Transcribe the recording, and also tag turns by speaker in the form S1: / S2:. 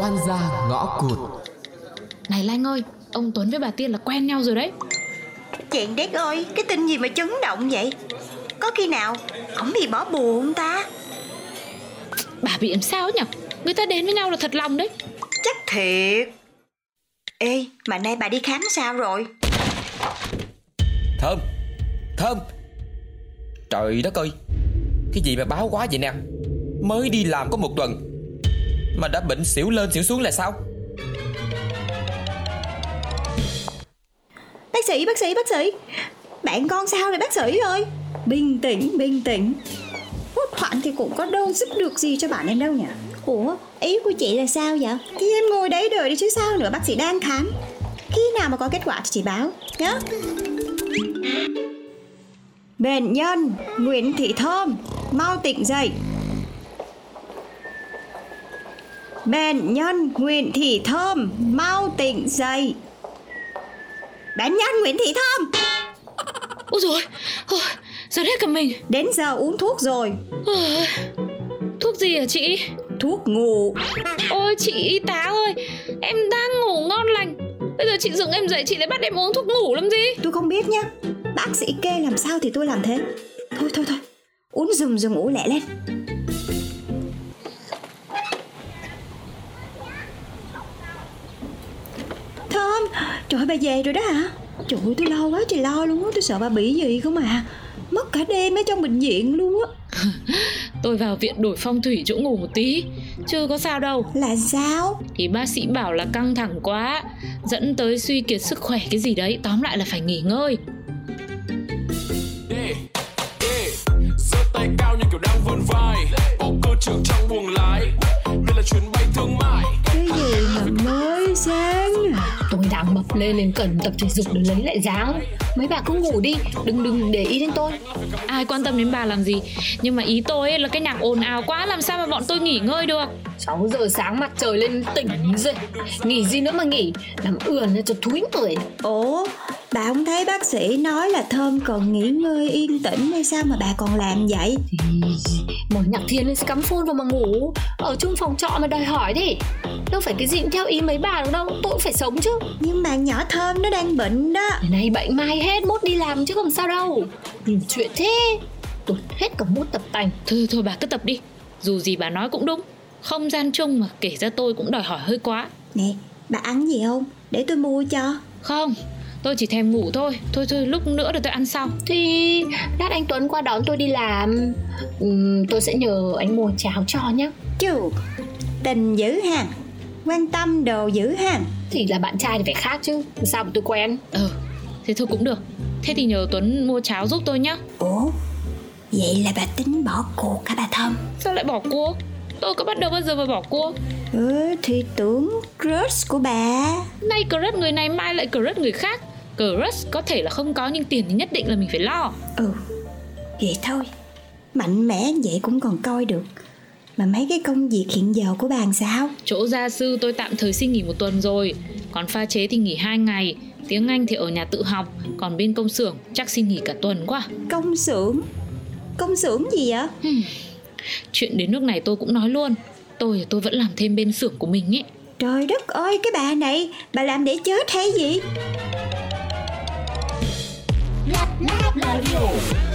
S1: oan gia ngõ cụt
S2: Này Lanh ơi, ông Tuấn với bà Tiên là quen nhau rồi đấy
S3: Chàng đét ơi Cái tin gì mà chấn động vậy Có khi nào ổng bị bỏ bùa không ta
S2: Bà bị làm sao ấy nhở Người ta đến với nhau là thật lòng đấy
S3: Chắc thiệt Ê mà nay bà đi khám sao rồi
S4: Thơm Thơm Trời đất ơi Cái gì mà báo quá vậy nè Mới đi làm có một tuần Mà đã bệnh xỉu lên xỉu xuống là sao
S3: Bác sĩ bác sĩ bác sĩ Bạn con sao rồi bác sĩ ơi Bình tĩnh bình tĩnh Hốt hoảng thì cũng có đâu giúp được gì cho bạn em đâu nhỉ Ủa ý của chị là sao vậy Thì em ngồi đấy đợi đi chứ sao nữa Bác sĩ đang khám Khi nào mà có kết quả thì chị báo nhá Bệnh nhân Nguyễn Thị Thơm Mau tỉnh dậy Bệnh nhân Nguyễn Thị Thơm Mau tỉnh dậy Bệnh nhân Nguyễn Thị Thơm
S2: Ôi rồi Ôi, Giật hết cả mình
S3: Đến giờ uống thuốc rồi
S2: Ôi, Thuốc gì hả chị
S3: Thuốc ngủ
S2: Ôi chị y tá ơi Em đang ngủ ngon lành Bây giờ chị dựng em dậy chị lại bắt em uống thuốc ngủ làm gì
S3: Tôi không biết nhá Bác sĩ kê làm sao thì tôi làm thế Thôi thôi thôi Uống dùm dùm ngủ lẹ lên Thơm Trời ơi bà về rồi đó hả Trời ơi tôi lo quá trời lo luôn á Tôi sợ bà bị gì không à Mất cả đêm ở trong bệnh viện luôn á
S2: Tôi vào viện đổi phong thủy chỗ ngủ một tí Chứ có sao đâu
S3: Là sao
S2: Thì bác sĩ bảo là căng thẳng quá Dẫn tới suy kiệt sức khỏe cái gì đấy Tóm lại là phải nghỉ ngơi
S5: Ê, ê, giơ tay cao như kiểu đang vươn vai Có cơ trưởng trong buồng lái Đây là chuyến bay thương mại
S3: Cái gì mà mới sáng à
S6: Tôi đang mập lên nên cần tập thể dục để lấy lại dáng Mấy bạn cứ ngủ đi, đừng đừng để ý đến tôi
S2: Ai quan tâm đến bà làm gì Nhưng mà ý tôi ấy là cái nhạc ồn ào quá Làm sao mà bọn tôi nghỉ ngơi được
S6: 6 giờ sáng mặt trời lên tỉnh rồi Nghỉ gì nữa mà nghỉ, làm ườn ra cho thúi người
S3: Ủa Bà không thấy bác sĩ nói là Thơm cần nghỉ ngơi yên tĩnh hay sao mà bà còn làm vậy
S6: Thì Mở nhạc thiên lên sẽ cắm phone vào mà ngủ Ở chung phòng trọ mà đòi hỏi đi Đâu phải cái gì cũng theo ý mấy bà được đâu, tôi cũng phải sống chứ
S3: Nhưng mà nhỏ Thơm nó đang bệnh đó
S6: Ngày nay bệnh mai hết, mốt đi làm chứ còn sao đâu Nhìn chuyện thế Tôi hết cả mốt tập tành
S2: Thôi thôi bà cứ tập đi Dù gì bà nói cũng đúng Không gian chung mà kể ra tôi cũng đòi hỏi hơi quá
S3: Nè, bà ăn gì không? Để tôi mua cho
S2: Không Tôi chỉ thèm ngủ thôi Thôi thôi lúc nữa rồi tôi ăn sau
S6: Thì lát anh Tuấn qua đón tôi đi làm Ừm, Tôi sẽ nhờ anh mua cháo cho nhá
S3: Chù, tình dữ hàng Quan tâm đồ dữ hàng
S6: Thì là bạn trai thì phải khác chứ Làm Sao mà tôi quen
S2: Ờ Thế thôi cũng được Thế thì nhờ Tuấn mua cháo giúp tôi nhá
S3: Ủa, vậy là bà tính bỏ cuộc hả bà Thơm?
S2: Sao lại bỏ cua Tôi có bắt đầu bao giờ mà bỏ cua
S3: Ừ, thì tưởng crush của bà
S2: Nay crush người này mai lại crush người khác Crush có thể là không có nhưng tiền thì nhất định là mình phải lo
S3: Ừ, vậy thôi Mạnh mẽ vậy cũng còn coi được Mà mấy cái công việc hiện giờ của bà làm sao?
S2: Chỗ gia sư tôi tạm thời xin nghỉ một tuần rồi Còn pha chế thì nghỉ 2 ngày Tiếng Anh thì ở nhà tự học Còn bên công xưởng chắc xin nghỉ cả tuần quá
S3: Công xưởng Công xưởng gì vậy?
S2: Chuyện đến nước này tôi cũng nói luôn Tôi tôi vẫn làm thêm bên xưởng của mình ấy
S3: Trời đất ơi, cái bà này Bà làm để chết hay gì?
S7: Lát lát radio